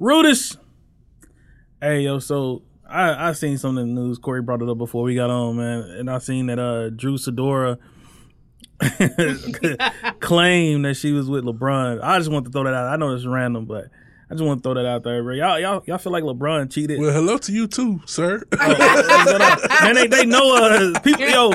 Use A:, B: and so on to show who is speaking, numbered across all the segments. A: Rudis. Hey yo, so I I seen something in the news. Corey brought it up before we got on, man, and I seen that uh Drew Sidora claimed that she was with LeBron. I just want to throw that out. I know it's random, but I just want to throw that out there, bro. Y'all y'all y'all feel like LeBron cheated?
B: Well, hello to you too, sir.
A: man, they, they know uh, people. Yo,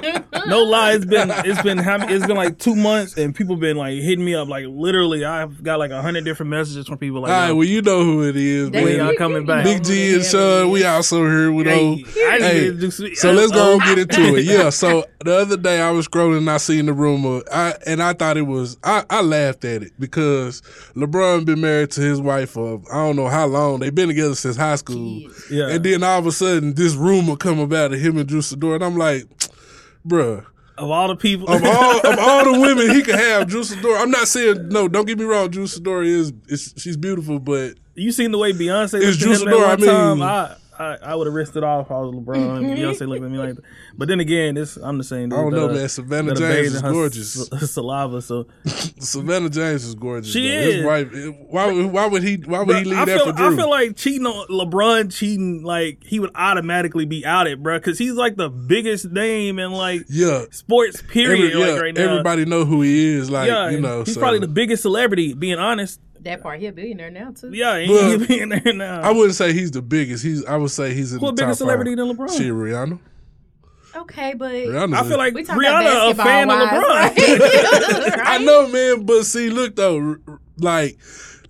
A: no lie, it's been it's been how many- it's been like two months, and people been like hitting me up. Like literally, I've got like a hundred different messages from people. Like,
B: All right, well, you know who it is,
A: They-
B: man.
A: y'all coming back.
B: Big G and Sean, we also here with
A: Hey,
B: old.
A: I just-
B: Hey,
A: just-
B: so let's go
A: uh,
B: and get into it. Yeah. So the other day I was scrolling and I seen the rumor, I and I thought it was I, I laughed at it because LeBron been married to his wife for I don't know how long. They've been together since high school.
A: Yeah.
B: And then all of a sudden this rumor come about of him and Drew Sidor, and I'm like, bruh.
A: of all the people.
B: Of all of all the women he could have, Drew Sidor. I'm not saying no. Don't get me wrong. Drew Sidor is, is she's beautiful, but
A: you seen the way Beyonce looked
B: It's
A: at him
B: Juice
A: that
B: WRLD, I
A: one
B: mean-
A: time? I, I, I would have risked it all if I was LeBron. and Beyonce looked at me like that. But then again, this I'm the same. Dude
B: I don't know,
A: that, uh,
B: man. Savannah
A: that
B: James
A: bathed
B: is
A: in her
B: gorgeous.
A: s- saliva. So
B: Savannah James is gorgeous.
A: She
B: though.
A: is.
B: His wife. eh, Why, would- why would he? Why would he leave
A: I
B: that
A: feel,
B: for Drew?
A: I feel like cheating on LeBron cheating, like he would automatically be out it, bro, because he's like the biggest name in like
B: yeah.
A: sports period
B: Every-
A: like
B: yeah,
A: right now.
B: Everybody know who he is. Like
A: yeah,
B: you know,
A: he's
B: so.
A: probably the biggest celebrity. Being honest,
C: That part, he a billionaire now too.
A: yeah, he
B: But-
A: ain't being there now.
B: I wouldn't say he's the biggest. He's. I would say he's in
A: Who a
B: the
A: bigger
B: top
A: celebrity
B: five.
A: than LeBron?
B: She Rihanna.
C: Okay, but
B: Rihanna's
A: I
B: in-
A: feel like
C: we talking about
A: Rihanna a
C: basketball
A: fan of
C: wise,
A: LeBron.
C: right?
B: I know, man. But see, look though, r- r- like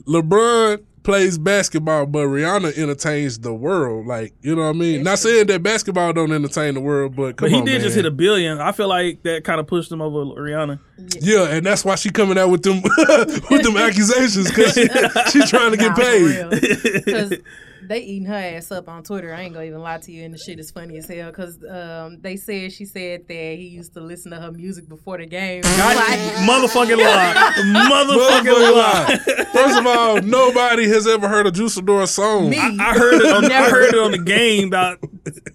B: LeBron plays basketball, but Rihanna entertains the world. Like you know what I mean. Not saying that basketball don't entertain the world, but come
A: But he
B: on,
A: did just
B: man.
A: hit a billion. I feel like that kind of pushed him over Rihanna.
B: Yeah, and that's why she coming out with them with them accusations because she, she trying to get paid.
C: Because they eating her ass up on Twitter. I ain't gonna even lie to you, and the shit is funny as hell. Because um, they said she said that he used to listen to her music before the game. Like,
A: Motherfucking lie. Motherfucking
B: Motherfucking
A: lie.
B: lie. First of all, nobody has ever heard a Juice Adora song.
C: Me.
A: I heard it on I
C: Never.
A: heard it on the game about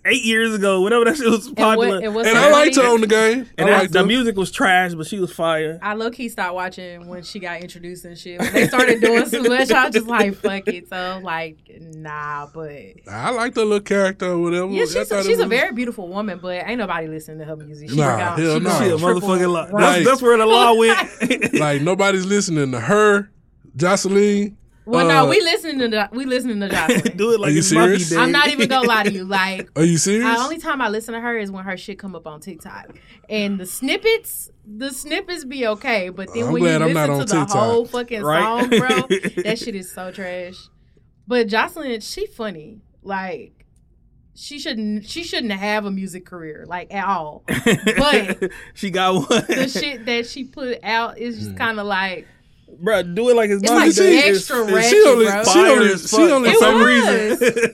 A: eight years ago, whenever that shit was popular.
C: and what's
B: And I liked
C: funny-
B: her on the game.
A: And
B: I
A: that-
B: liked
A: the
B: her.
A: music was trash, but she was fire.
C: I low key stopped watching when she got introduced and shit. When they started doing too much, I was just like, fuck it. So like, nah, but
B: I liked her little character or whatever.
C: yeah,
B: I
C: she's
B: thought
C: a,
B: it
C: she's a
B: was-
C: very beautiful woman, but ain't nobody listening to her music. She
B: Nah,
C: got-
B: hell
C: she
B: no.
C: got
A: She a
B: Triple
A: motherfucking lie.
C: right.
A: That's, that's where the law went.
B: like nobody's listening to her, Jocelyn.
C: Well,
B: Uh,
C: no, we listening to the, we listening to Jocelyn.
A: Do it like
B: Are you
A: it's monkey
B: serious?
A: day.
C: I'm not even gonna lie to you. Like
B: Are you serious?
C: the only time I listen to her is when her shit come up on TikTok, and the snippets, the snippets be okay, but then
B: I'm
C: when you
B: glad I'm
C: listen
B: not
C: to
B: on
C: the
B: TikTok.
C: whole fucking
A: Right?
C: song, bro, that shit is so trash. But Jocelyn, she funny. Like she shouldn't, she shouldn't have a music career like at all. But
A: she got one.
C: the shit that she put out is
B: Hmm.
C: just kind of like
A: bro, do it like it's,
C: It's
A: monkey
C: like
A: day.
C: extra
A: It's-
C: ratchet,
B: she only,
C: bro.
B: she
A: Fire
B: only,
A: as
B: she
A: fuck.
B: only
A: It
B: for some
C: was.
B: reason. Get out of here,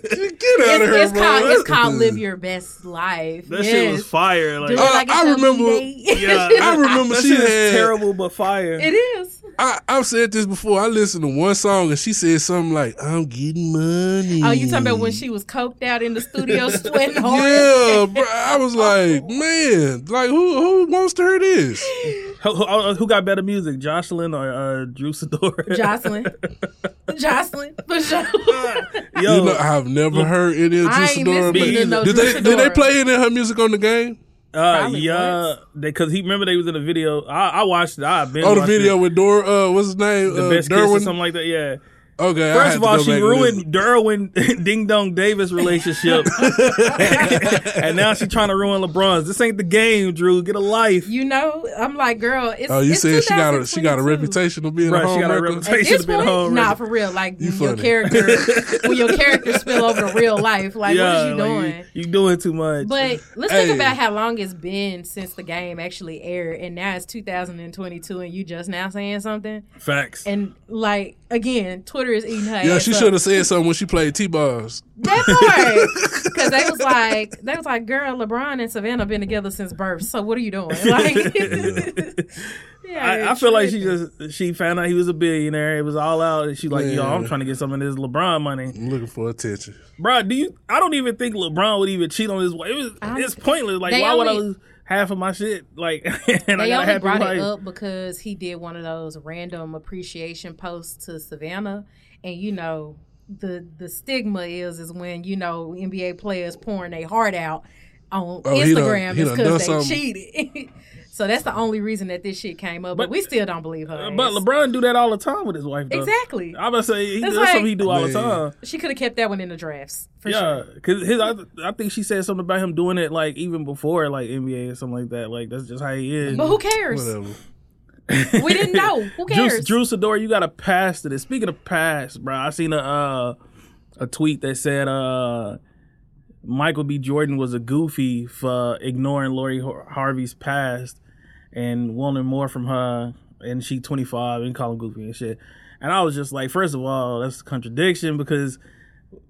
C: it's, it's
B: bro.
C: called
B: That's-
C: it's called live your best life.
A: That
C: yes.
A: shit was fire. Like,
C: Do it
B: Uh,
C: like it's
B: I
C: your
B: remember-
C: B-Day.
A: yeah,
B: I remember
A: that
B: she
A: shit is
B: had-
A: terrible but fire.
C: it is.
B: I, I've said this before. I listened to one song and she said something like, "I'm getting money."
C: Oh, you talking about when she was coked out in the studio sweating hard?
B: Yeah, bro. I was like, man, like who who wants to hear this?
A: Who, who, who got better music, Jocelyn or uh, Drew Sidora?
C: Jocelyn, Jocelyn, for sure.
A: Yo, uh,
B: you know, I've never heard any of
C: I
B: Juice
C: ain't
B: Adora,
C: listening
B: but-
A: to no
B: Did they
C: Juice
B: did they
C: Adora.
B: play any of her music on the game?
A: uh,
C: Probably
A: yeah,
C: was.
A: because he remember they was in a video. I, I watched it. I been
B: Oh, the
A: watched
B: video
A: it.
B: with Dora. Uh, what's his name?
A: the
B: uh,
A: best kiss or
B: Derwin.
A: something like that. Yeah.
B: Okay. I had
A: First
B: to
A: of all,
B: go
A: she
B: back and listen.
A: ruined Derwin Ding Dong Davis relationship, and now she's trying to ruin LeBron's. This ain't the game, Drew. Get a life.
C: you know, I'm like, girl. It's,
B: Oh, you
C: it's
B: said she got a she got a
C: 2022.
B: reputation of being
A: Right,
B: a
A: she got a
B: homewrecker.
A: reputation.
C: At
A: should
C: this
A: have been a
C: point,
A: home
C: nah,
A: record.
C: for real. Like
B: You
C: when your
B: funny.
C: character, when your character spill over to real life, like what are you
A: like,
C: doing?
A: You, doing too much.
C: But let's
B: Hey.
C: think about how long it's been since the game actually aired, and now it's 2022, and you just now saying something.
A: Facts.
C: And like again, Twitter is eating her.
B: Yeah,
C: ass
B: she
C: up.
B: should have said something when she played T Balls.
C: that part because they was like they was like, girl, LeBron and Savannah been together since birth. So what are you doing? Like, yeah,
A: I, I feel like she
C: tripping.
A: just she found out he was a billionaire. It was all out, and she like, yo,
B: Yeah.
A: I'm trying to get some of this LeBron money,
B: I'm looking for attention.
A: bro. Do you? I don't even think LeBron would even cheat on his wife. It was,
C: I-
A: it's pointless. Like,
C: They
A: why would I
C: only-
A: lose half of my shit? Like, and I got
C: They
A: a
C: only
A: happy
C: brought
A: wife.
C: it up because he did one of those random appreciation posts to Savannah, and you know the the stigma is is when you know NBA players pouring their heart out on
B: Oh, he done-
C: Instagram
B: he
C: is
B: done done
C: because they
B: something.
C: cheated. so that's the only reason that this shit came up.
A: But-
C: But,
A: uh,
C: we still don't believe her.
A: But
C: ass.
A: LeBron uh, do that all the time with his wife. Though.
C: exactly.
A: I'm gonna say he,
C: It's
A: that's
C: like-
A: something he do all the time.
B: Man.
C: She could have kept that one in the drafts for
A: yeah,
C: sure.
A: because his I, I think she said something about him doing it like even before like NBA or something like that. Like that's just how he is.
C: But who cares?
B: Whatever.
C: We didn't know. Who
A: Drew,
C: cares?
A: Drew Sidor, you got to pass to this. Speaking of pass, bro, I seen a uh, a tweet that said uh, Michael B. Jordan was a goofy for ignoring Lori Har- Harvey's past and wanting more from her, and she 25 and calling goofy and shit. And I was just like, first of all, that's a contradiction because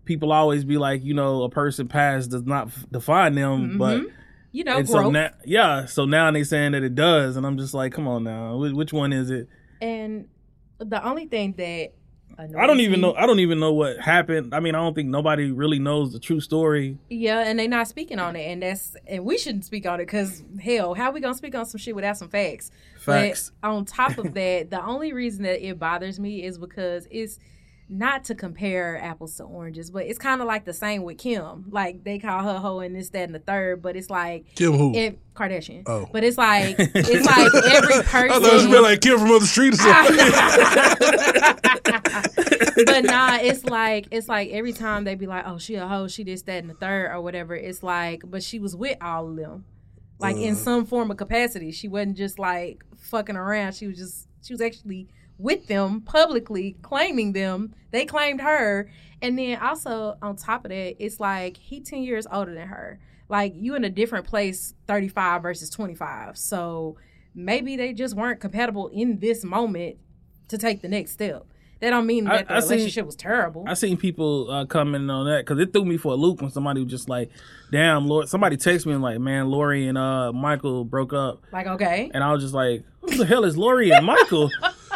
A: people always be like, you know, a person past does not f- define them, but
C: you know,
A: and
C: growth.
A: so now, yeah, so now they saying that it does, and I'm just like, come on now, Wh- which one is it?
C: and the only thing that annoys
A: I don't even
C: me-
A: know. I don't even know what happened. I mean, I don't think nobody really knows the true story.
C: Yeah, and they not speaking on it, and that's and we shouldn't speak on it because hell, how we gonna speak on some shit without some facts?
A: Facts.
C: But on top of that, the only reason that it bothers me is because it's not to compare apples to oranges, but it's kind of like the same with Kim. Like they call her hoe and this, that, and the third, but it's like
B: Kim who?
C: it, Kardashian.
B: Oh.
C: But it's like it's like every person.
B: I thought you meant like Kim from up the street or something.
C: but nah, it's like it's like every time they be like, "Oh, she a hoe, she this, that, and the third, or whatever." It's like, but she was with all of them, like
A: Mm.
C: in some form of capacity. She wasn't just like fucking around. She was just she was actually with them publicly, claiming them. They claimed her, and then also on top of that, it's like he ten years older than her. Like you in a different place, thirty five versus twenty five. So maybe they just weren't compatible in this moment to take the next step. That don't mean
A: I-
C: that the
A: I seen-
C: relationship was terrible.
A: I seen people uh, commenting on that because it threw me for a loop when somebody was just like, "Damn, Lord!" Somebody texted me and like, "Man, Lori and uh, Michael broke up,"
C: like, okay.
A: and I was just like, "Who the hell is Lori and Michael?"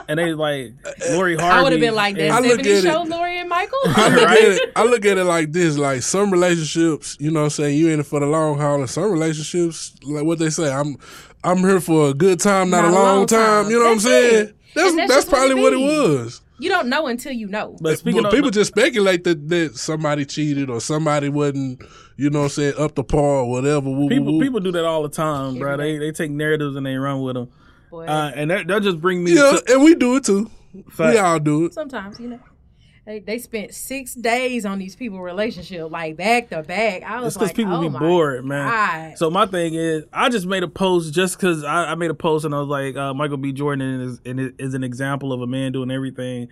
A: and they like, "Lori Harvey."
C: I would have been like
A: and-
B: I
C: that
B: look
C: Stephanie
B: at it.
C: show, Lori and Michael.
B: I look
A: Right?
B: at it. I look at it like this: like some relationships, you know, what I'm saying you in it for the long haul, and some relationships, like what they say, I'm, I'm here for a good time, not, a long, time. You know what I'm
C: That's
B: saying?
C: it.
B: That's
C: And
B: that's,
C: that's just what it
B: probably what it
C: be.
B: was.
C: you don't know until you know.
A: But speaking
B: But
A: of
B: people just speculate that, that somebody cheated or somebody wasn't, you know, what I'm saying up to par or whatever. woo, woo,
A: people,
B: woo.
A: people do that all the time, bro. They they take narratives and they run with them,
C: But
A: uh, and that, that just bring me
B: yeah,
A: to
B: and we do it too.
A: fact.
B: We all do it.
C: sometimes, you know. They, they spent six days on these people relationship, like back to back. I was
A: It's because
C: like,
A: people
C: oh
A: be
C: my
A: bored, man.
C: God.
A: So my thing is, I just made a post just because I, I made a post and I was like, uh, Michael B. Jordan is, is is an example of a man doing everything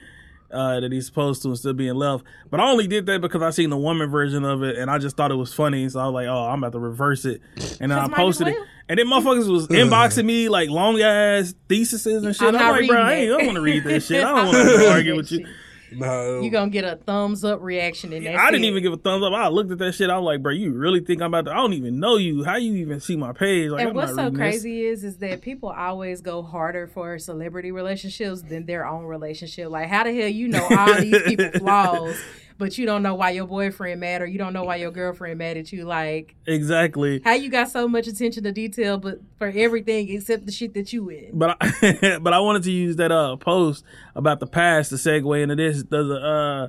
A: uh, that he's supposed to and still being left. But I only did that because I seen the woman version of it and I just thought it was funny. So I was like, oh, I'm about to reverse it, and then I
C: Just might as
A: posted it.
C: well.
A: And then motherfuckers was inboxing me like long ass theses and shit. I'm,
C: I'm not
A: like, bro,
C: reading
A: I, ain't, I
C: that.
A: don't want to read this shit. I don't
C: I'm
A: want
C: not
A: to
C: reading
A: argue
C: that
A: with you.
C: shit.
B: Nah,
C: You gonna get a thumbs up reaction in that.
A: I didn't even give a thumbs up. I looked at that shit. I was like, bro, you really think I'm about to? I don't even know you. How you even see my page? Like,
C: And
A: I'm
C: what's
A: not
C: so
A: reading this.
C: crazy is is that people always go harder for celebrity relationships than their own relationship. Like, how the hell you know all these people flaws, but you don't know why your boyfriend mad or you don't know why your girlfriend mad at you? Like,
A: Exactly.
C: how you got so much attention to detail, but for everything except the shit that you in.
A: But I, but I wanted to use that uh post about the past to segue into this. Does a uh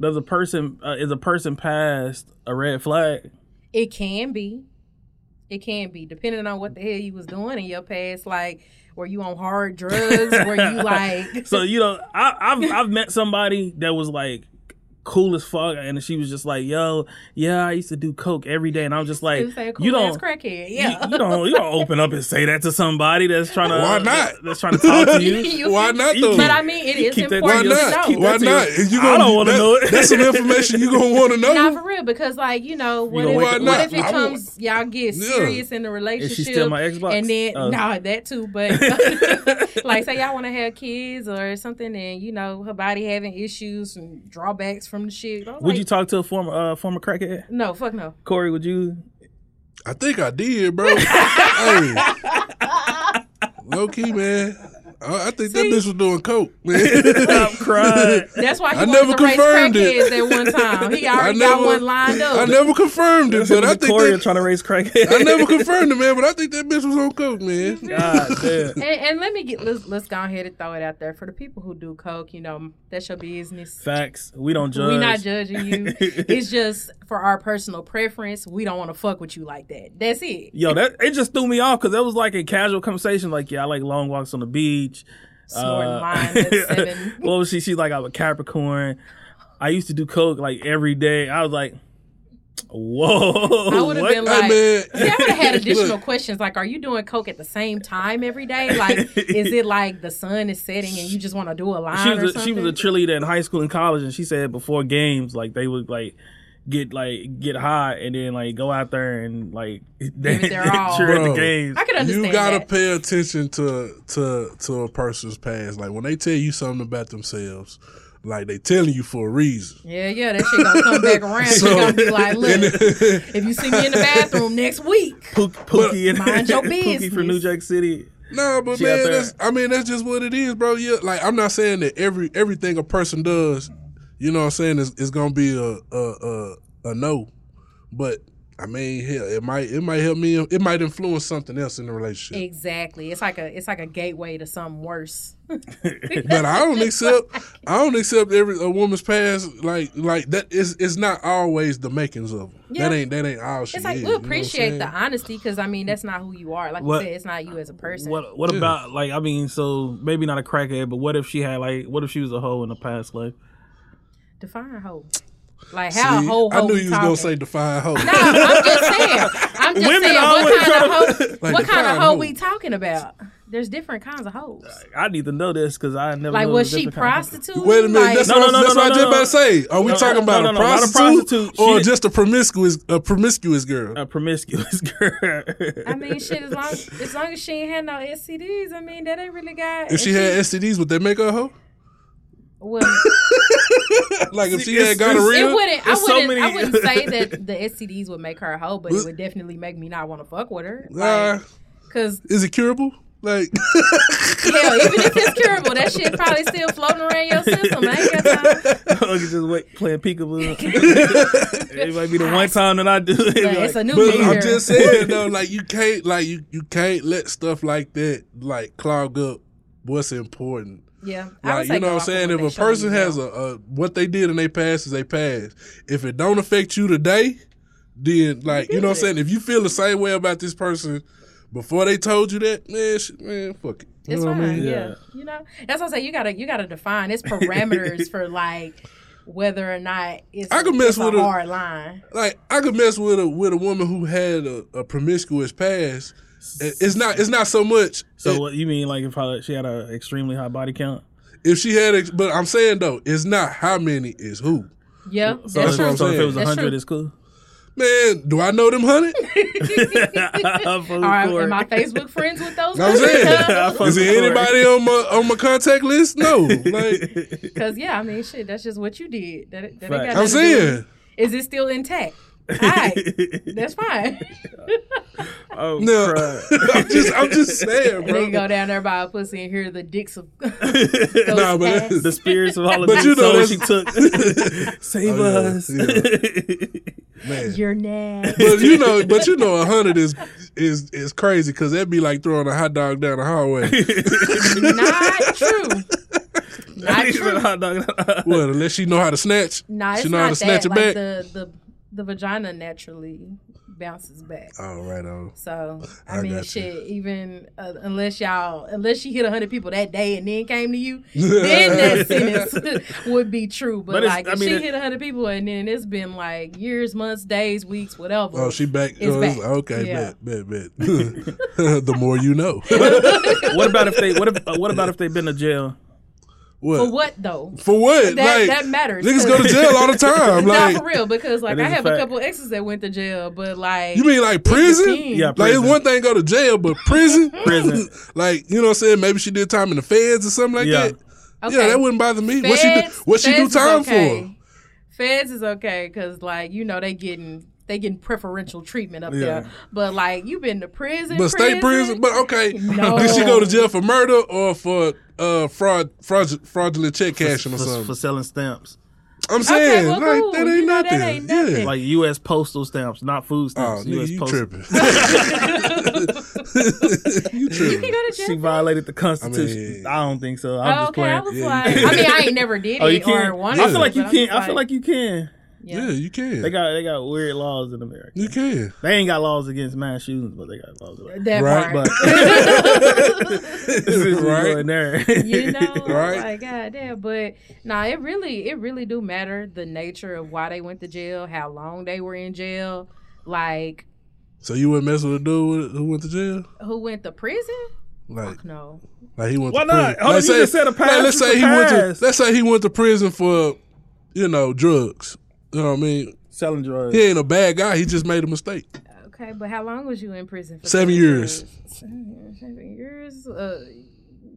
A: does a person uh, is a person past a red flag?
C: It can be. It can be, depending on what the hell you was doing in your past. Like, were you on hard drugs? were you like,
A: So you know, I, I've I've met somebody that was like cool as fuck, and she was just like, "Yo, yeah, I used to do coke every day," and I was just like,
C: you, say a
A: "You
C: cool ass
A: don't."
C: crackhead?
A: You,
C: Yeah.
A: you don't you don't open up and say that to somebody that's trying to
B: Why not?
A: that's trying to talk to you.
C: You-
B: Why not
A: you
B: though?
A: keep
C: But I mean, it
A: You
C: is
A: keep that-
C: important.
B: Why
A: you
C: to know.
B: not?
A: keep
B: Why
A: that to
B: not?
A: your-
B: You
A: I
B: gonna-
A: don't wanna
B: that-
A: know it.
B: That's some information you gonna want to know.
C: Not for real, because like you know, what
A: gonna
C: if,
A: wake
C: what
A: up-
C: if
B: Why
C: it
B: not? I
C: comes? Y'all get
B: Yeah.
C: serious in the relationship.
A: Is she still my Xbox?
C: And then
A: Uh.
C: nah, that too. But like, say y'all want to have kids or something, and you know her body having issues and drawbacks from the shit. I'm
A: Would
C: like,
A: you talk to a former uh, former crackhead?
C: No, fuck no.
A: Corey, would you?
B: I think I did, bro. hey. Low key, man. I, I think that
C: See?
B: bitch was doing coke. man.
A: Stop crying.
C: That's why he
B: I
C: wanted
B: never
C: to raise
B: confirmed it.
C: crackheads at one time. He already
B: never-
C: got one lined up.
B: I never confirmed it, but I think
A: Victoria
B: that,
A: trying to raise crackhead.
B: I never confirmed it, man. But I think that bitch was on coke, man.
A: God damn.
C: and, and let me get let's let's go ahead and throw it out there for the people who do coke. You know, that's your business.
A: Facts. We don't judge.
C: We're not judging you. it's just for our personal preference. We don't want to fuck with you like that. That's it.
A: Yo, that it just threw me off because that was like a casual conversation. Like, yeah, I like long walks on the beach.
C: Snorting
A: Uh,
C: lines at seven.
A: what was she? She's like, I'm a Capricorn. I used to do coke like every day. I was like, whoa.
C: I would have
A: what?
C: been
B: I
C: like,
B: mean-
C: See, I would have had additional
B: Look.
C: questions like, are you doing coke at the same time every day? Like, is it like the sun is setting and you just want to do a line
A: she
C: or
A: was a,
C: something?
A: she was a cheerleader in high school and college, and she said before games, like they would like get like get high and then like go out there and like they
C: it their all.
A: cheer at the
B: Bro.
A: games.
C: I could understand
B: You gotta
C: that.
B: pay attention to to to a person's past. Like when they tell you something about themselves, like they telling you for a reason.
C: Yeah, yeah, that shit gonna come back around. She
B: So-
C: gonna be like, look, if you see me in the bathroom next week,
A: Pook, Pookie and
C: Mind your
A: Pookie from
C: business.
A: New Jack City.
B: No, but
A: She out
B: man,
A: there.
B: that's, I mean that's just what it is, bro. Yeah, like I'm not saying that every everything a person does, you know, what I'm saying is, is gonna be a a, a a no, but I mean, hell, it might it might help me. It might influence something else in the relationship.
C: exactly. It's like a it's like a gateway to something worse.
B: But I don't accept I don't accept every a woman's past like like that is it's not always the makings of them.
C: Yeah.
B: That ain't that ain't all she
C: It's like
B: is,
C: we
B: you know what I'm
C: appreciate
B: saying?
C: the honesty because I mean that's not who you are. Like
A: What-
C: you said, it's not you as a person.
A: What what about like I mean so maybe not a crackhead, but what if she had like what if she was a hoe in the past life?
C: Define hope. Like how
B: See,
C: a whole
B: I
C: hoe
B: knew
C: we
B: you was
C: talking?
B: gonna say define hope.
C: No, I'm just saying. I'm just
A: Women
C: saying. What
A: always
C: kind
A: try
C: of hoe?
B: like
C: what kind
B: define
C: of hoe
B: hoe.
C: we talking about? There's different kinds of hoes.
A: I need to know this because I never
C: Like
A: knew
C: was
A: the
C: she
A: different kind of-
C: prostitute?
B: Wait a minute,
C: Like,
B: that's
A: No,
B: what,
A: no,
B: I'm-
A: no, no,
B: that's what
A: no,
B: I
A: no.
B: just about to say. Are we
A: No,
B: talking
A: no,
B: about
A: no,
B: a
A: no, not a
B: prostitute,
A: prostitute. She Uh,
B: or
A: did-
B: just a promiscuous a promiscuous girl?
A: a promiscuous girl.
C: I mean, shit. As long as long as she ain't had no STDs, I mean, that ain't really got.
B: If she had STDs, would that make her a hoe?
C: well,
B: Like if she
A: It's- it's-
B: had
C: it
B: gonorrhea?
C: wouldn't. I
A: There's
C: wouldn't.
A: so many-
C: I wouldn't say that the STDs would make her a hoe, but it would definitely make me not want to fuck with her.
B: Uh,
C: Like, Cause
B: is it curable? Like
C: hell, even if it's curable, that shit probably still floating around your system. I ain't got time.
A: I could just wait playing peekaboo. it might be the one time that I do it. Be
C: It's a
A: like,
C: new
B: But
C: year.
B: I'm just saying though, like you can't like you, you can't let stuff like that like clog up what's important.
C: yeah, I would
B: Like
C: say
B: you know
C: go
B: what I'm
C: off of
B: saying?
C: what
B: If
C: they
B: a
C: show you
B: person
C: now.
B: has a, a what they did and they past is they past. If it don't affect you today, then like you know what I'm saying? If you feel the same way about this person before they told you that, man, shit, man, fuck it. You
C: It's
B: know
C: fine.
B: what I mean?
C: yeah.
A: Yeah.
C: You know, that's what I say. You gotta you gotta define its parameters for like whether or not it's
B: I could mess
C: it's
B: with
C: a
B: a-
C: hard line.
B: Like I could mess with a with a woman who had a, a promiscuous past. It- It's not it's not so much
A: so what you mean like if I, she had an extremely high body count?
B: If she had, ex- but I'm saying though, it's not how many, it's who.
C: Yeah,
A: So,
C: that's
A: if-
B: what
C: true.
B: I'm
A: so if it
B: saying.
A: was
C: That's
A: hundred,
C: true.
A: it's cool.
B: Man, do I know them hundred?
A: Of
C: All right,
A: course.
C: am I Facebook friends with those?
B: I'm saying,
A: fuck
B: is
A: with
B: there anybody on my on my contact list? No, like
C: Because yeah, I mean, shit, that's just what you did. That, that ain't
A: Right.
C: got
B: I'm
C: nothing to do with-
B: saying.
C: is it still intact? All right, that's fine.
A: oh,
B: No,
A: crud.
B: I'm just, I'm just saying,
C: and then
B: bro.
C: you go down there by a pussy and hear the dicks of. those
B: Nah, but
C: past.
B: that's-
A: the spirits of all of
B: But
A: these
B: you know
A: souls
B: that's-
A: she took. Save
B: Oh, yeah,
A: us.
B: Man.
C: You're next.
B: But you know, but you know, a hundred is is is crazy because that'd be like throwing a hot dog down the hallway.
C: Not true. Not true.
B: what? Unless she know how to snatch.
C: No,
B: she
C: it's
B: know
C: not
B: how to snatch it
C: that. Like
B: back.
C: the, the the vagina naturally bounces back.
B: All Oh, right, on.
C: So I,
B: I
C: mean,
B: got you.
C: shit. Even uh, unless y'all, unless she hit hundred people that day and then came to you, then that sentence would be true. But,
A: But it's-
C: like,
A: I
C: if
A: mean,
C: she
A: it-
C: hit hundred people and then it's been like years, months, days, weeks, whatever.
B: Oh, she back.
C: It's
B: oh, it's-
C: back.
B: Okay,
C: Yeah.
B: bet, bet, bet. the more you know.
A: what about if they? What if? uh, What about if they've been to jail?
C: But what though?
B: For what?
C: That-
B: like
C: that matters,
B: Niggas
C: 'cause-
B: go to jail all the time.
C: Nah,
B: like
C: for real, because like
A: That
C: I
A: is a
C: have a
A: fact.
C: couple exes that went to jail, but like
B: you mean like prison?
C: depends. Yeah,
B: Like it's
A: prison.
B: one thing go to jail, but prison,
A: Prison.
B: like you know what I'm saying? Maybe she did time in the feds or something like
A: Yeah.
B: that.
C: Okay.
B: Yeah, that wouldn't bother me. what she do? What she do
C: feds is
B: time
C: okay. Feds is okay because like you know they getting they getting preferential treatment up
B: Yeah.
C: there. But like you been to prison,
B: But state prison, but okay.
C: No.
B: Did she go to jail for murder or for uh fraud, fraud fraudulent check cashing or
A: for,
B: something?
A: for selling stamps,
B: I'm saying
C: well,
B: like
C: cool.
B: that
C: You
B: ain't
C: know,
B: nothing.
C: that ain't
B: Yeah.
C: nothing.
A: like U.S. postal stamps, not food
B: oh,
A: stamps.
B: nigga,
A: U.S.
B: you
A: postal.
B: tripping. you
C: You can
B: tripping.
C: go to jail.
A: She
C: for-
A: violated the Constitution. I,
B: I mean-
A: don't think so. I'm
C: Oh,
A: just
C: okay,
A: playing.
C: I was
B: Yeah,
C: like,
B: you
C: I mean, I ain't never did
A: oh, you
C: it or
A: can't.
C: wanted.
A: I feel like
C: to,
A: you
C: but I'm
A: can't.
C: just
A: I feel like you can.
B: Yeah, you can.
A: They got they got weird laws in America.
B: you can.
A: They ain't got laws against mass shootings, but they got laws. About
C: that
B: Right,
C: part.
A: but this is
B: Right.
A: going there.
C: you know,
B: Right.
C: like God damn. But nah, it really, it really do matter the nature of why they went to jail, how long they were in jail, like
B: So you wouldn't mess with a dude who went to jail?
C: who went to prison.
B: Like,
C: No,
B: like he went.
A: Why
B: to
A: not?
B: Prison.
A: Hold on, you just said a past
B: let's
A: is a
B: say he went
A: past.
B: to. Let's say he went to prison for, you know, drugs. You know what I mean?
A: Selling drugs.
B: He ain't a bad guy. He just made a mistake.
C: okay, but how long was you in prison? For
B: Seven
C: those
B: years.
C: Seven, seven years. Uh,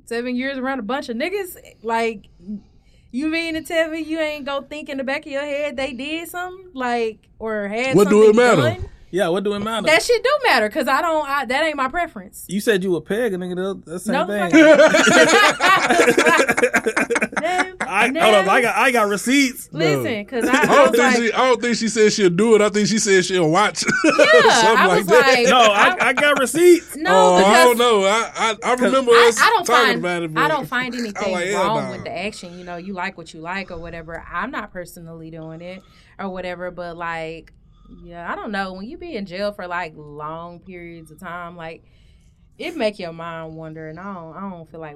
C: seven years around a bunch of niggas. Like, you mean to tell me you ain't go think in the back of your head they did something like or had
B: What do it
C: something
B: matter?
C: done?
A: Yeah, what do it matter?
C: That shit do matter because I don't. I, that ain't my preference.
A: you said you would peg a nigga. That's the same
C: No,
A: thing.
C: fuck
A: I, hold up, I got I got receipts.
C: Listen, because I,
B: I
C: I
B: don't
C: was
B: think
C: like,
B: she. I don't think she said she'll do it. I think she said she'll watch. Yeah,
C: I was like,
A: No, I, I got receipts.
C: no,
B: oh,
C: because
B: I don't know. I I, I remember
C: I,
B: us
C: I don't
B: talking
C: find
B: about it. But
C: I don't find anything
B: like, hell
C: wrong
B: nah.
C: with the action. You know, you like what you like or whatever. I'm not personally doing it or whatever, but like, yeah, I don't know. When you be in jail for like long periods of time, like. It make your mind wonder, and I don't. I don't feel like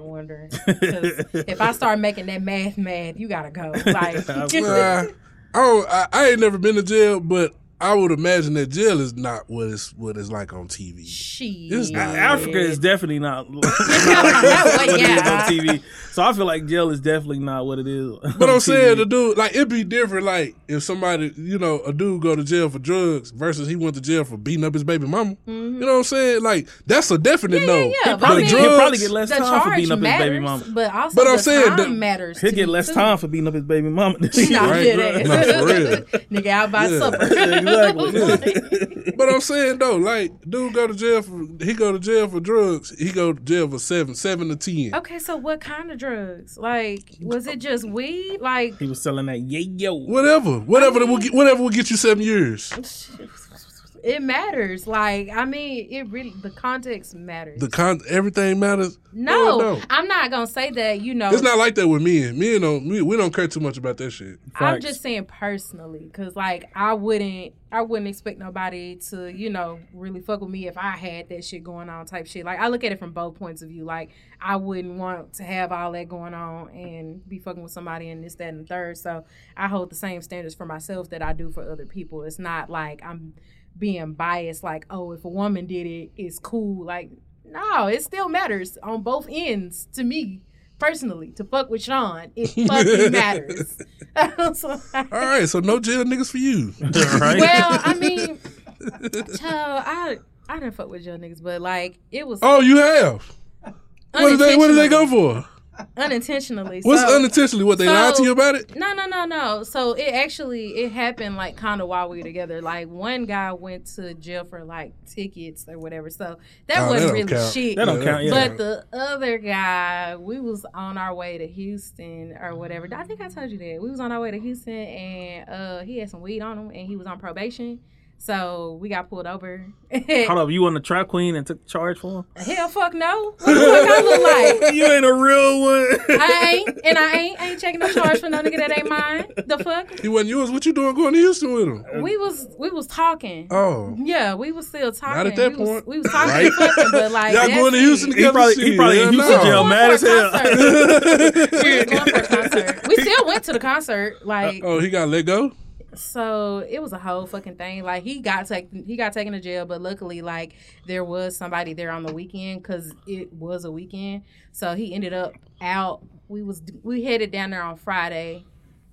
C: wondering. 'Cause if I start making that math math, you gotta go. Like,
B: Nah, I, don't, I I ain't never been to jail, but I would imagine that jail is not what it's what it's like on TV.
C: Shit.
B: It's not-
A: Africa is definitely not, not
C: That way,
A: what it is on
C: yeah.
A: TV. So I feel like jail is definitely not what it is.
B: But I'm saying
A: TV.
B: the dude, like it'd be different. Like if somebody, you know, a dude go to jail for drugs versus he went to jail for beating up his baby mama. You know what I'm saying? Like that's a definite
C: Mm-hmm. Yeah,
B: no.
C: yeah, yeah.
A: He'll
C: But
A: probably,
C: I
A: get,
C: mean,
A: he'll probably get
C: The
A: less time for
C: charge
A: beating up
C: matters,
A: his baby mama.
C: but also
B: But I'm
C: the
B: saying
C: time
B: the-
C: matters.
A: He'll
C: to
A: get
C: me,
A: less
C: too.
A: time for beating up his baby mama.
C: Nah,
B: Right,
C: dead
B: right.
C: ass.
B: Nah, for real.
C: Nigga, I'll buy
B: Yeah.
C: supper.
A: exactly.
B: But I'm saying though, like dude go to jail for he go to jail for drugs. He go to jail for seven, seven to ten.
C: okay, so what kind of drugs? Like, was it just weed? Like,
A: he was selling that yeah yo.
B: Whatever, whatever that will get, whatever will get you seven years.
C: it matters. Like, I mean, it really the context matters.
B: The con everything matters.
C: no,
B: it don't.
C: I'm not gonna say that. You know,
B: It's not like that with men. Men don't uh, we, we don't care too much about that shit.
C: I'm
A: Facts.
C: just saying personally, because like I wouldn't, I wouldn't expect nobody to, you know, really fuck with me if I had that shit going on, type shit. Like I look at it from both points of view. Like I wouldn't want to have all that going on and be fucking with somebody and this, that, and the third. So I hold the same standards for myself that I do for other people. It's not like I'm being biased. Like oh, if a woman did it, it's cool. Like no, it still matters on both ends to me. Personally, to fuck with Sean, it fucking matters. So,
B: All right, so no jail niggas for you.
A: right?
C: well, I mean, child, I I didn't fuck with your niggas, but like it was
B: Oh, you have. What did they What did they go for?
C: unintentionally.
B: What's
C: so,
B: unintentionally? What they lied to
C: so-
B: you about it?
C: No, no, no, no. So it actually it happened like kind of while we were together. Like one guy went to jail for like tickets or whatever. So that
B: Oh, that
C: wasn't
B: don't
C: really
B: count.
C: shit.
A: That don't count, yeah.
C: But the other guy, we was on our way to Houston or whatever. I think I told you that. We was on our way to Houston and uh he had some weed on him and he was on probation. So we got pulled over.
A: Hold up, you on the trap queen and took charge for him?
C: Hell fuck no. What the fuck I look like?
A: you ain't a real one.
C: I ain't and I ain't I ain't taking no charge for no nigga that ain't mine. The fuck?
B: He wasn't yours. What you doing going to Houston with him?
C: We was we was talking.
B: Oh,
C: Yeah, we was still talking.
B: Not at that
C: we was,
B: point.
C: We was talking, and
B: Right.
C: fucking, but like
B: y'all
C: that's
B: going to
C: it.
B: Houston
A: He
B: together?
A: probably, he
B: Shit,
A: probably
B: hell
A: in Houston
B: no.
A: jail, mad as hell.
C: We was going for a concert. We still went to the concert. Like
B: Oh, he got let go.
C: so it was a whole fucking thing. Like he got taken, he got taken to jail, but luckily, like there was somebody there on the weekend because it was a weekend. So he ended up out. We was we headed down there on Friday,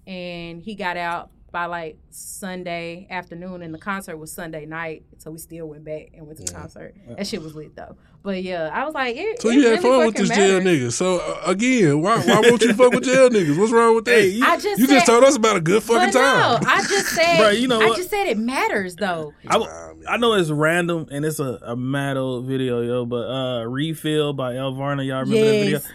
C: and he got out by like Sunday afternoon, and the concert was Sunday night, so we still went back and went to the concert. That shit was lit though. But yeah, I was like, it,
B: So
C: it
B: you had
C: really
B: fun with
C: fucking
B: this jail
C: matters.
B: nigga. So uh, again, why why won't you fuck with jail niggas? What's wrong with that?
A: Hey,
B: you
C: I just
B: you just
C: said-
B: told us about a good fucking
C: But no,
B: time.
C: I just said,
A: Bruh, you know
C: I
A: what?
C: just said it matters though.
A: I, w- I know it's random and it's a, a mad old video, yo, but uh Refill by El Varna, y'all remember that video?
C: Yes.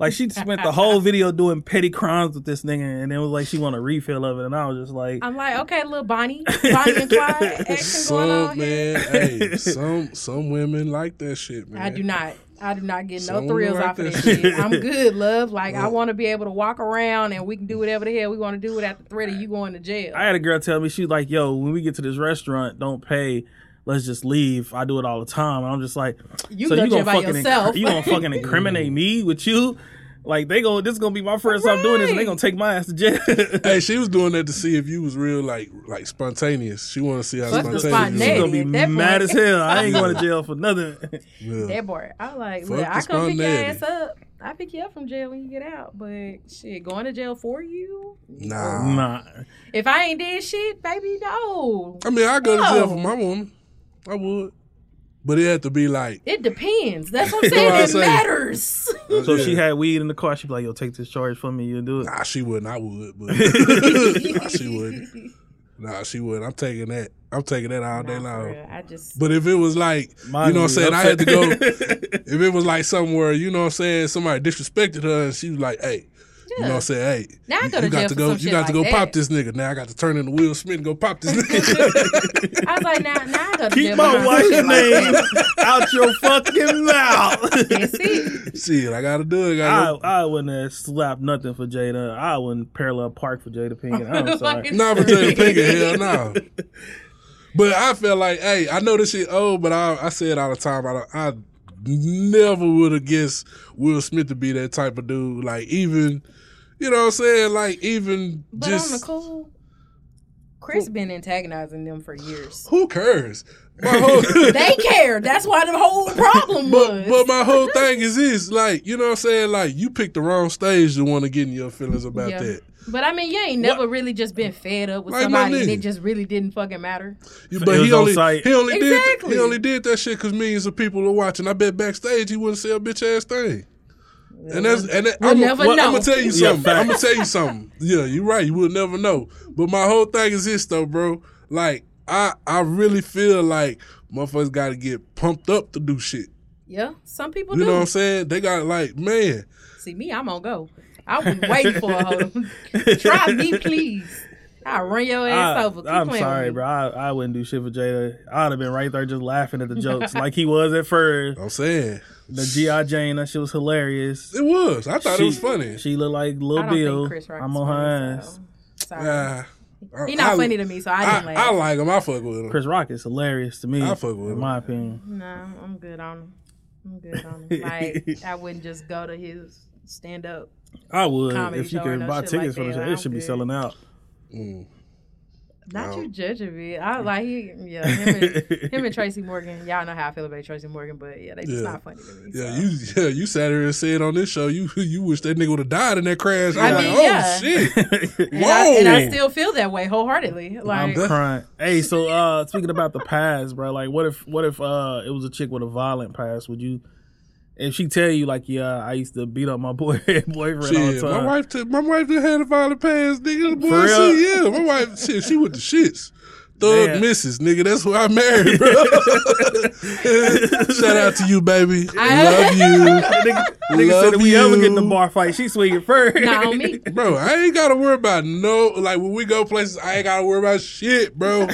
A: Like she spent the whole video doing petty crimes with this nigga and it was like she want a refill of it and I was just like
C: I'm like, okay, little Bonnie, Bonnie and Clyde action going on
B: Some
C: here.
B: man, hey, some some women like that shit, man.
C: I do not. I do not get no
B: Someone
C: thrills
B: like
C: off of
B: that
C: that
B: shit.
C: shit. I'm good, love. Like I want to be able to walk around and we can do whatever the hell we want to do without the threat of you going to jail.
A: I had a girl tell me she's like, "Yo, when we get to this restaurant, don't pay. Let's just leave. I do it all the time." And I'm just like,
C: You
A: "So
C: go
A: you gonna
C: there by
A: fucking inc-
C: yourself."
A: you gonna fucking incriminate me with you? Like they go, this is gonna be my first time doing this, and they
C: Right.
A: gonna take my ass to jail."
B: Hey, she was doing that to see if you was real, like like spontaneous. She want to see how
C: Fuck the
B: spontaneous.
A: She's gonna be
C: At that
A: mad as
C: point-
A: hell. I ain't going to jail for nothing.
B: you was. Yeah.
C: that boy. I was like,
B: Fuck
C: look, I
B: the
C: come pick your
B: spontaneity.
C: ass up. I pick you up from jail when you get out. But shit, going to jail for you?
B: Nah.
A: nah,
C: If I ain't did shit, baby, no.
B: I mean, I go to jail
C: No.
B: for my woman. I would, but it had to be like.
C: It depends. That's what I'm
B: know
C: saying.
B: what I
C: it
B: say?
C: matters.
A: so if
B: Yeah.
A: she had weed in the car. She'd be like, "Yo, take this charge from me. You do it."
B: Nah, she wouldn't. I would, but nah, she wouldn't. Nah, she wouldn't. I'm taking that. I'm taking that all day
C: Nah, for
B: long.
C: real. I just
B: But if it was like,
A: Mine
B: you know what I'm
A: would.
B: saying, I had to go.
A: I'm
B: if it was like somewhere, you know what I'm saying, somebody disrespected her and she was like, hey, you know what I'm saying, hey,
C: Now I
B: you,
C: go to
B: you got
C: jail
B: to
C: for
B: go,
C: some
B: you
C: shit
B: got to
C: like
B: go
C: that.
B: pop this nigga. Now I got to turn into Will Smith and go pop this nigga.
C: I was like, nah, nah, I go to
A: Keep
C: jail
A: my
C: behind
A: wife's
C: shit like
A: name
C: that.
A: out your fucking mouth.
C: That's it.
B: Shit, I gotta do it. I
A: I,
B: gotta
A: I wouldn't have slapped nothing for Jada. I wouldn't parallel park for Jada Pinkett. I'm sorry.
B: Nah, for Jada Pinkett, hell no. But I felt like, hey, I know this shit old, but I, I say it all the time. I, don't- I never would have guessed Will Smith to be that type of dude. Like even, you know what I'm saying? Like even
C: But
B: just
C: on the cool, Chris been antagonizing them for years.
B: who cares? My whole,
C: They care. That's why the whole problem
B: but
C: was.
B: but my whole thing is this, like you know what I'm saying? Like you picked the wrong stage to want to get in your feelings about
C: Yeah.
B: that.
C: But I mean, you ain't never really just been fed up with
B: Like my
C: somebody, and
B: nigga.
C: it just really didn't fucking matter.
B: You- But
A: It was
B: he
A: on
B: only,
A: site.
B: he only did
C: Exactly.
B: he only did that shit because millions of people were watching. I bet backstage he wouldn't say a bitch ass thing. And that's and that,
C: We'll
B: I'm,
C: never know.
B: I'm gonna tell you
A: Yeah,
B: something.
A: facts.
B: I'm gonna tell you something. Yeah, you're right. You will never know. But my whole thing is this though, bro. Like I I really feel like motherfuckers got to get pumped up to do shit.
C: Yeah, some people
B: You
C: do.
B: know what I'm saying? They got like man.
C: See me, I'm on go. I was waiting for a hoe. Try me, please. I run your ass over. Keep
A: I, am
C: playing with
A: Ah, sorry,
C: me.
A: bro. I, I wouldn't do shit for Jada. I'd have been right there just laughing at the jokes like he was at first.
B: I'm saying
A: The G.I. Jane, that shit was hilarious.
B: it was. I thought
A: she,
B: it was funny.
A: She looked like
C: I
A: Lil
C: don't
A: Bill.
C: think Chris Rock.
A: I'm
C: is
A: on her
C: funny,
A: ass.
C: so- Sorry.
B: Nah.
C: He not
B: I-
C: funny to me, so I
B: I,
C: didn't laugh.
B: I like him. I fuck with him.
A: Chris Rock is hilarious to me.
B: I fuck with
A: in
B: him.
A: my opinion.
C: No, I'm good on him. I'm good on him. Like I wouldn't just go to his stand up.
A: I would
C: Comedy
A: if you
C: show
A: could
C: and no
A: buy
C: shit like
A: tickets for
C: that,
A: the show.
C: I'm
A: It should be
C: good.
A: selling out.
B: Mm.
C: Not
B: No.
C: you judging me. I like he, yeah, him and, him and Tracy Morgan. Y'all know how I feel about Tracy Morgan, but yeah, they just
B: Yeah.
C: not funny to me.
B: Yeah,
C: so.
B: you yeah, you sat here and said on this show you you wish that nigga would have died in that crash. I'm
C: I
B: like,
C: mean,
B: oh
C: yeah.
B: shit.
C: and, I, and I
B: Whoa.
C: still feel that way wholeheartedly. Like
A: I'm crying. Hey, so uh speaking about the past, bro, like what if what if uh it was a chick with a violent past? Would you if she tell you like, yeah, I used to beat up my boy boyfriend all the
B: Shit, my
A: time.
B: wife took my wife done had a violent past, nigga. Boy,
A: For real?
B: she, yeah, my wife shit, she with the shits. Thug
A: Man.
B: misses, nigga. That's who I married, bro. Shout out to you, baby. Love you.
A: nigga nigga said if
B: Love
A: we ever get in the
B: you.
A: bar fight, she swinging first.
C: not on me.
B: Bro, I ain't gotta worry about no like when we go places, I ain't gotta worry about shit, bro.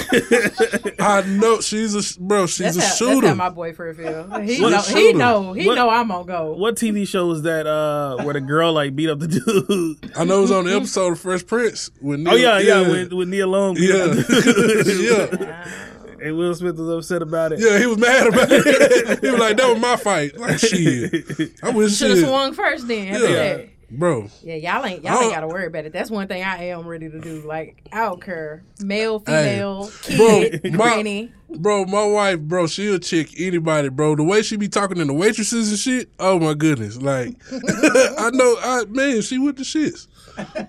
B: I know she's a bro, she's
C: That's
B: a
C: how,
B: shooter.
C: that's how my boyfriend feel. He
B: What a
C: know, he
B: shooter.
C: know, he
A: What-
C: know I'm on go.
A: What TV show is that uh where the girl like beat up the dude?
B: I know it was on
C: Mm-hmm.
B: the episode of Fresh Prince when Neil,
A: Oh yeah, yeah, with with Nia Long beat
B: yeah,
A: up the dude.
B: yeah,
A: And Will Smith was upset about it.
B: yeah. He was mad about it. he was like, "That was my fight." Like shit, I wish
C: Should have
B: shit,
C: swung first then. after
B: Yeah. Oh.
C: that.
B: bro.
C: Yeah, y'all ain't
B: I
C: y'all
B: don't-
C: ain't gotta worry about it. That's one thing I am ready to do. Like I don't care, male,
B: Hey.
C: female,
B: Bro,
C: kid,
B: my-
C: granny.
B: Bro, my wife, bro, she'll chick anybody, bro. The way she be talking to the waitresses and shit, oh my goodness. Like, I know, I man, she with the shits.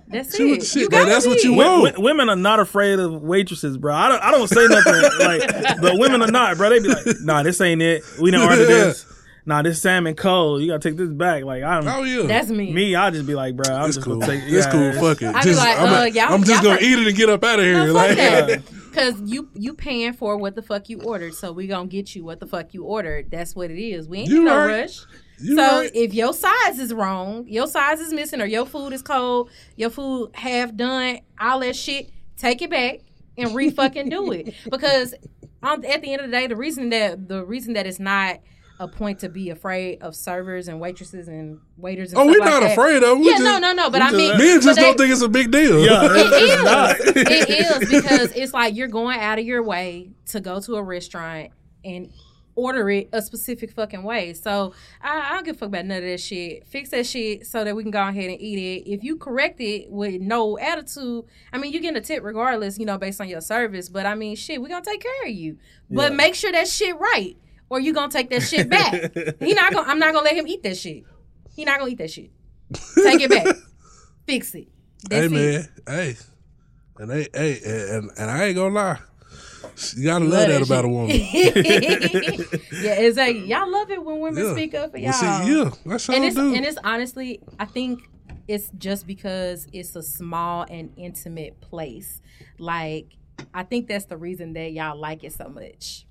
C: That's
B: She
C: it.
B: was- shit,
C: you
B: man,
C: gotta
B: that's what
C: be.
B: you want.
A: Wo-
B: Whoa.
A: wo- women are not afraid of waitresses, bro. I don't, I don't say nothing, like, but women are not, bro. They be like, nah, this ain't it. We didn't order this. Nah, this salmon cold. You gotta take this back. Like, I'm
B: Oh yeah,
C: That's me.
A: me. I'll just be like, bro, I'm
B: it's
A: just
B: cool.
A: gonna take.
B: it's
A: yeah,
B: cool. Fuck it.
C: I be
B: Just,
C: like,
B: I'm,
C: uh,
B: like,
C: y'all-
B: I'm just
C: y'all
B: gonna
C: for-
B: eat it and get up out of here.
C: No, fuck
B: like,
C: that. Cause you you paying for what the fuck you ordered, so we gonna get you what the fuck you ordered. That's what it is. We ain't
B: You
C: in no
B: right.
C: rush.
B: you
C: so
B: right.
C: if your size is wrong, your size is missing, or your food is cold, your food half done, all that shit, take it back and re fucking do it. Because um, at the end of the day, the reason that the reason that it's not a point to be afraid of servers and waitresses and waiters. And
B: Oh,
C: stuff
B: we're
C: like
B: not
C: that.
B: afraid of. 'em. We
C: Yeah,
B: just,
C: no, no, no. But I mean,
B: Men just
C: but
B: don't
C: they-
B: think it's a big deal.
A: Yeah,
C: it is.
A: not.
C: it is because it's like you're going out of your way to go to a restaurant and order it a specific fucking way. So I, I don't give a fuck about none of that shit. Fix that shit so that we can go ahead and eat it. If you correct it with no attitude, I mean, you're getting a tip regardless, you know, based on your service. But I mean, shit, we're going to take care of you. But
A: Yeah.
C: make sure that shit right or you going to take that shit back. he not gonna, I'm not going to let him eat that shit. He not going to eat that shit. Take it back. Fix it. That's
B: Hey
C: it.
B: man, hey, and hey, hey, and, and I ain't gonna lie, you gotta love, that
C: Love that
B: about a woman.
C: yeah, exactly. Y'all love it when women
B: Yeah.
C: speak up for y'all.
B: Well, see, yeah, that's all
C: and
B: I
C: it's
B: do.
C: and it's honestly, I think it's just because it's a small and intimate place. Like, I think that's the reason that y'all like it so much.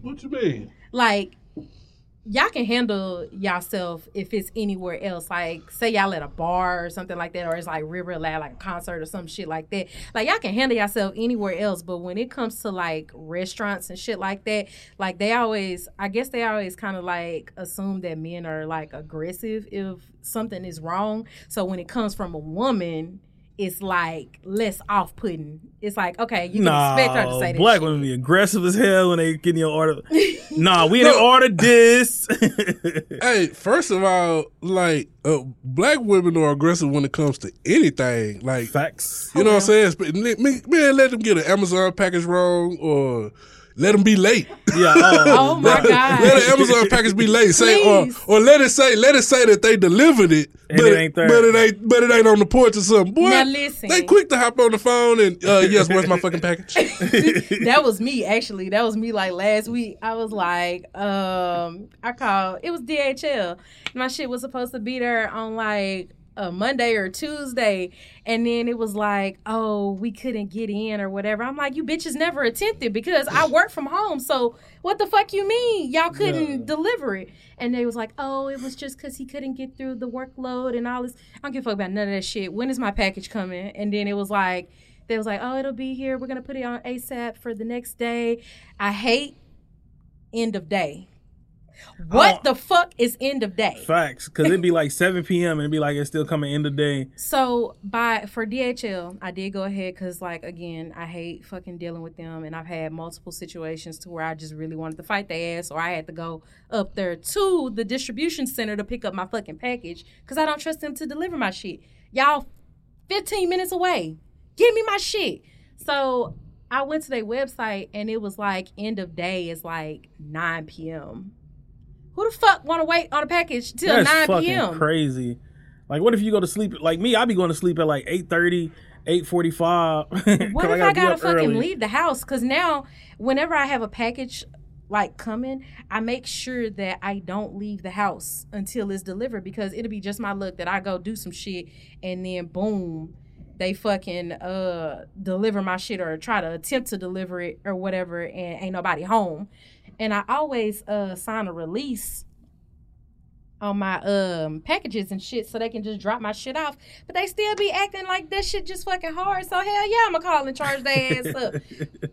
B: what you mean?
C: Like, y'all can handle yourself if it's anywhere else. Like, say y'all at a bar or something like that, or it's like real, real loud, like a concert or some shit like that. Like, y'all can handle yourself anywhere else. But when it comes to like restaurants and shit like that, like they always, I guess they always kind of like assume that men are like aggressive if something is wrong. So when it comes from a woman, it's like less off putting. It's like, okay, you can expect her to
A: Nah,
C: say that.
A: black
C: shit.
A: women be aggressive as hell when they getting your order. nah, we didn't order this.
B: Hey, first of all, like uh, black women are aggressive when it comes to anything. Like
A: Facts.
B: You know what I'm saying? Sp- ni- me- Man, let them get an Amazon package wrong or let them be late.
A: Yeah. Oh,
C: Oh my god.
B: let an Amazon package be late. Say or,
C: Please.
B: or let it say let it say that they delivered it,
A: And
B: but
A: it ain't there.
B: but it ain't but it ain't on the porch or something. Boy,
C: Now listen.
B: they quick to hop on the phone and uh, yes, where's my fucking package?
C: that was me actually. That was me like last week. I was like, um, I called it was DHL. My shit was supposed to be there on like a Monday or Tuesday. And then it was like, oh, we couldn't get in or whatever. I'm like, you bitches never attempted because I work from home. So what the fuck you mean? Y'all couldn't deliver it. And they was like, oh, it was just because he couldn't get through the workload and all this. I don't give a fuck about none of that shit. When is my package coming? And then it was like, they was like, oh, it'll be here. We're gonna put it on ASAP for the next day. I hate end of day. What
A: Oh.
C: the fuck is end of day?
A: Facts, because it'd be like 7 p.m. and it'd be like it's still coming end of day.
C: So by for DHL, I did go ahead because like again, I hate fucking dealing with them, and I've had multiple situations to where I just really wanted to fight their ass, or I had to go up there to the distribution center to pick up my fucking package because I don't trust them to deliver my shit. Y'all, fifteen minutes away, give me my shit. So I went to their website, and it was like end of day is like nine p.m. Who the fuck want to wait on a package till
A: That's
C: nine
A: fucking
C: p.m.
A: crazy. Like, what if you go to sleep? Like me, I be going to sleep at like 8.30, 8.45.
C: What if I gotta fucking leave the house? Because now, whenever I have a package like coming, I make sure that I don't leave the house until it's delivered because it'll be just my luck that I go do some shit and then boom, they fucking uh deliver my shit or try to attempt to deliver it or whatever and ain't nobody home. And I always uh sign a release on my um packages and shit so they can just drop my shit off. But they still be acting like this shit just fucking hard. So hell yeah, I'ma call and charge their ass up.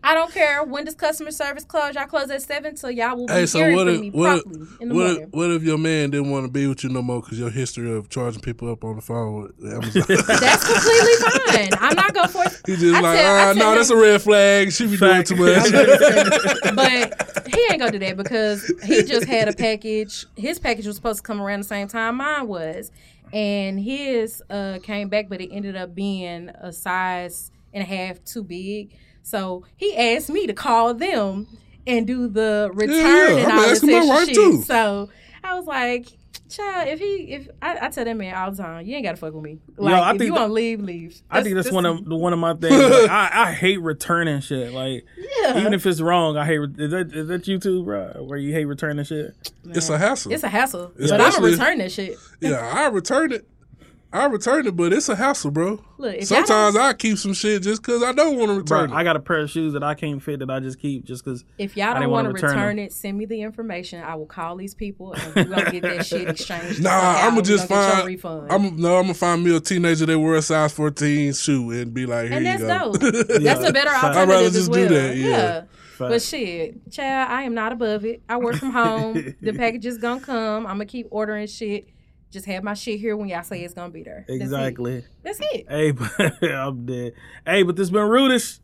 C: I don't care. When does customer service close? Y'all close at seven, so y'all will be
B: hey, so
C: hearing
B: what
C: from
B: if
C: me
B: what if,
C: properly in the
B: what if,
C: morning.
B: what if your man didn't want to be with you no more because your history of charging people up on the phone with Amazon?
C: That's completely fine. I'm not gonna force.
B: He just
C: I
B: like,
C: tell- I
B: ah,
C: tell
B: no,
C: him-
B: that's a red flag. She be
A: Fact.
B: doing too much.
C: but he ain't gonna do that because he just had a package. His package was supposed to come around the same time mine was, and his uh, came back, but it ended up being a size and a half too big. So he asked me to call them and do the return
B: yeah,
C: and
B: I'm
C: all this
B: asking my
C: extra
B: wife
C: shit.
B: too.
C: So I was like. Child, if he if I, I tell that man all the time, you ain't gotta fuck with me.
A: Yo,
C: Like
A: I
C: if
A: think
C: you
A: that-
C: want to leave, leave.
A: I think that's one of the one of my things. Like, I, I hate returning shit. Like
C: Yeah.
A: even if it's wrong, I hate. Re- is that is that you too, bro? Where you hate returning shit?
B: It's a hassle.
C: it's a hassle.
B: It's
C: but I'm gonna
B: especially-
C: return that shit.
B: yeah, I returned it. I returned it, but it's a hassle, bro.
C: Look, if y'all
B: Sometimes I keep some shit just because I don't want to return
A: Bro,
B: it.
A: I got a pair of shoes that I can't fit that I just keep just because.
C: If y'all
A: I
C: don't
A: didn't
C: want
A: wanna
C: to
A: return
C: return,
A: 'em.
C: it, send me the information. I will call these people and we're gonna get that shit exchanged. the
B: Nah,
C: fuck out
B: I'm gonna
C: and we
B: just
C: gonna get your
B: find.
C: refund.
B: I'm no, I'm gonna find me a teenager that wear a size 14 shoe and be like, here
C: and
B: you
C: that's
B: go.
C: dope. That's a better
A: I'd rather
C: alternative as
B: just do
C: well.
B: that, yeah.
C: But shit, child, I am not above it. I work from home. the package is gonna come. I'm gonna keep ordering shit. Just have my shit here when y'all say it's gonna be there. That's it.
A: Exactly.
C: That's it.
A: Hey, but I'm dead. Hey, but this been rudish.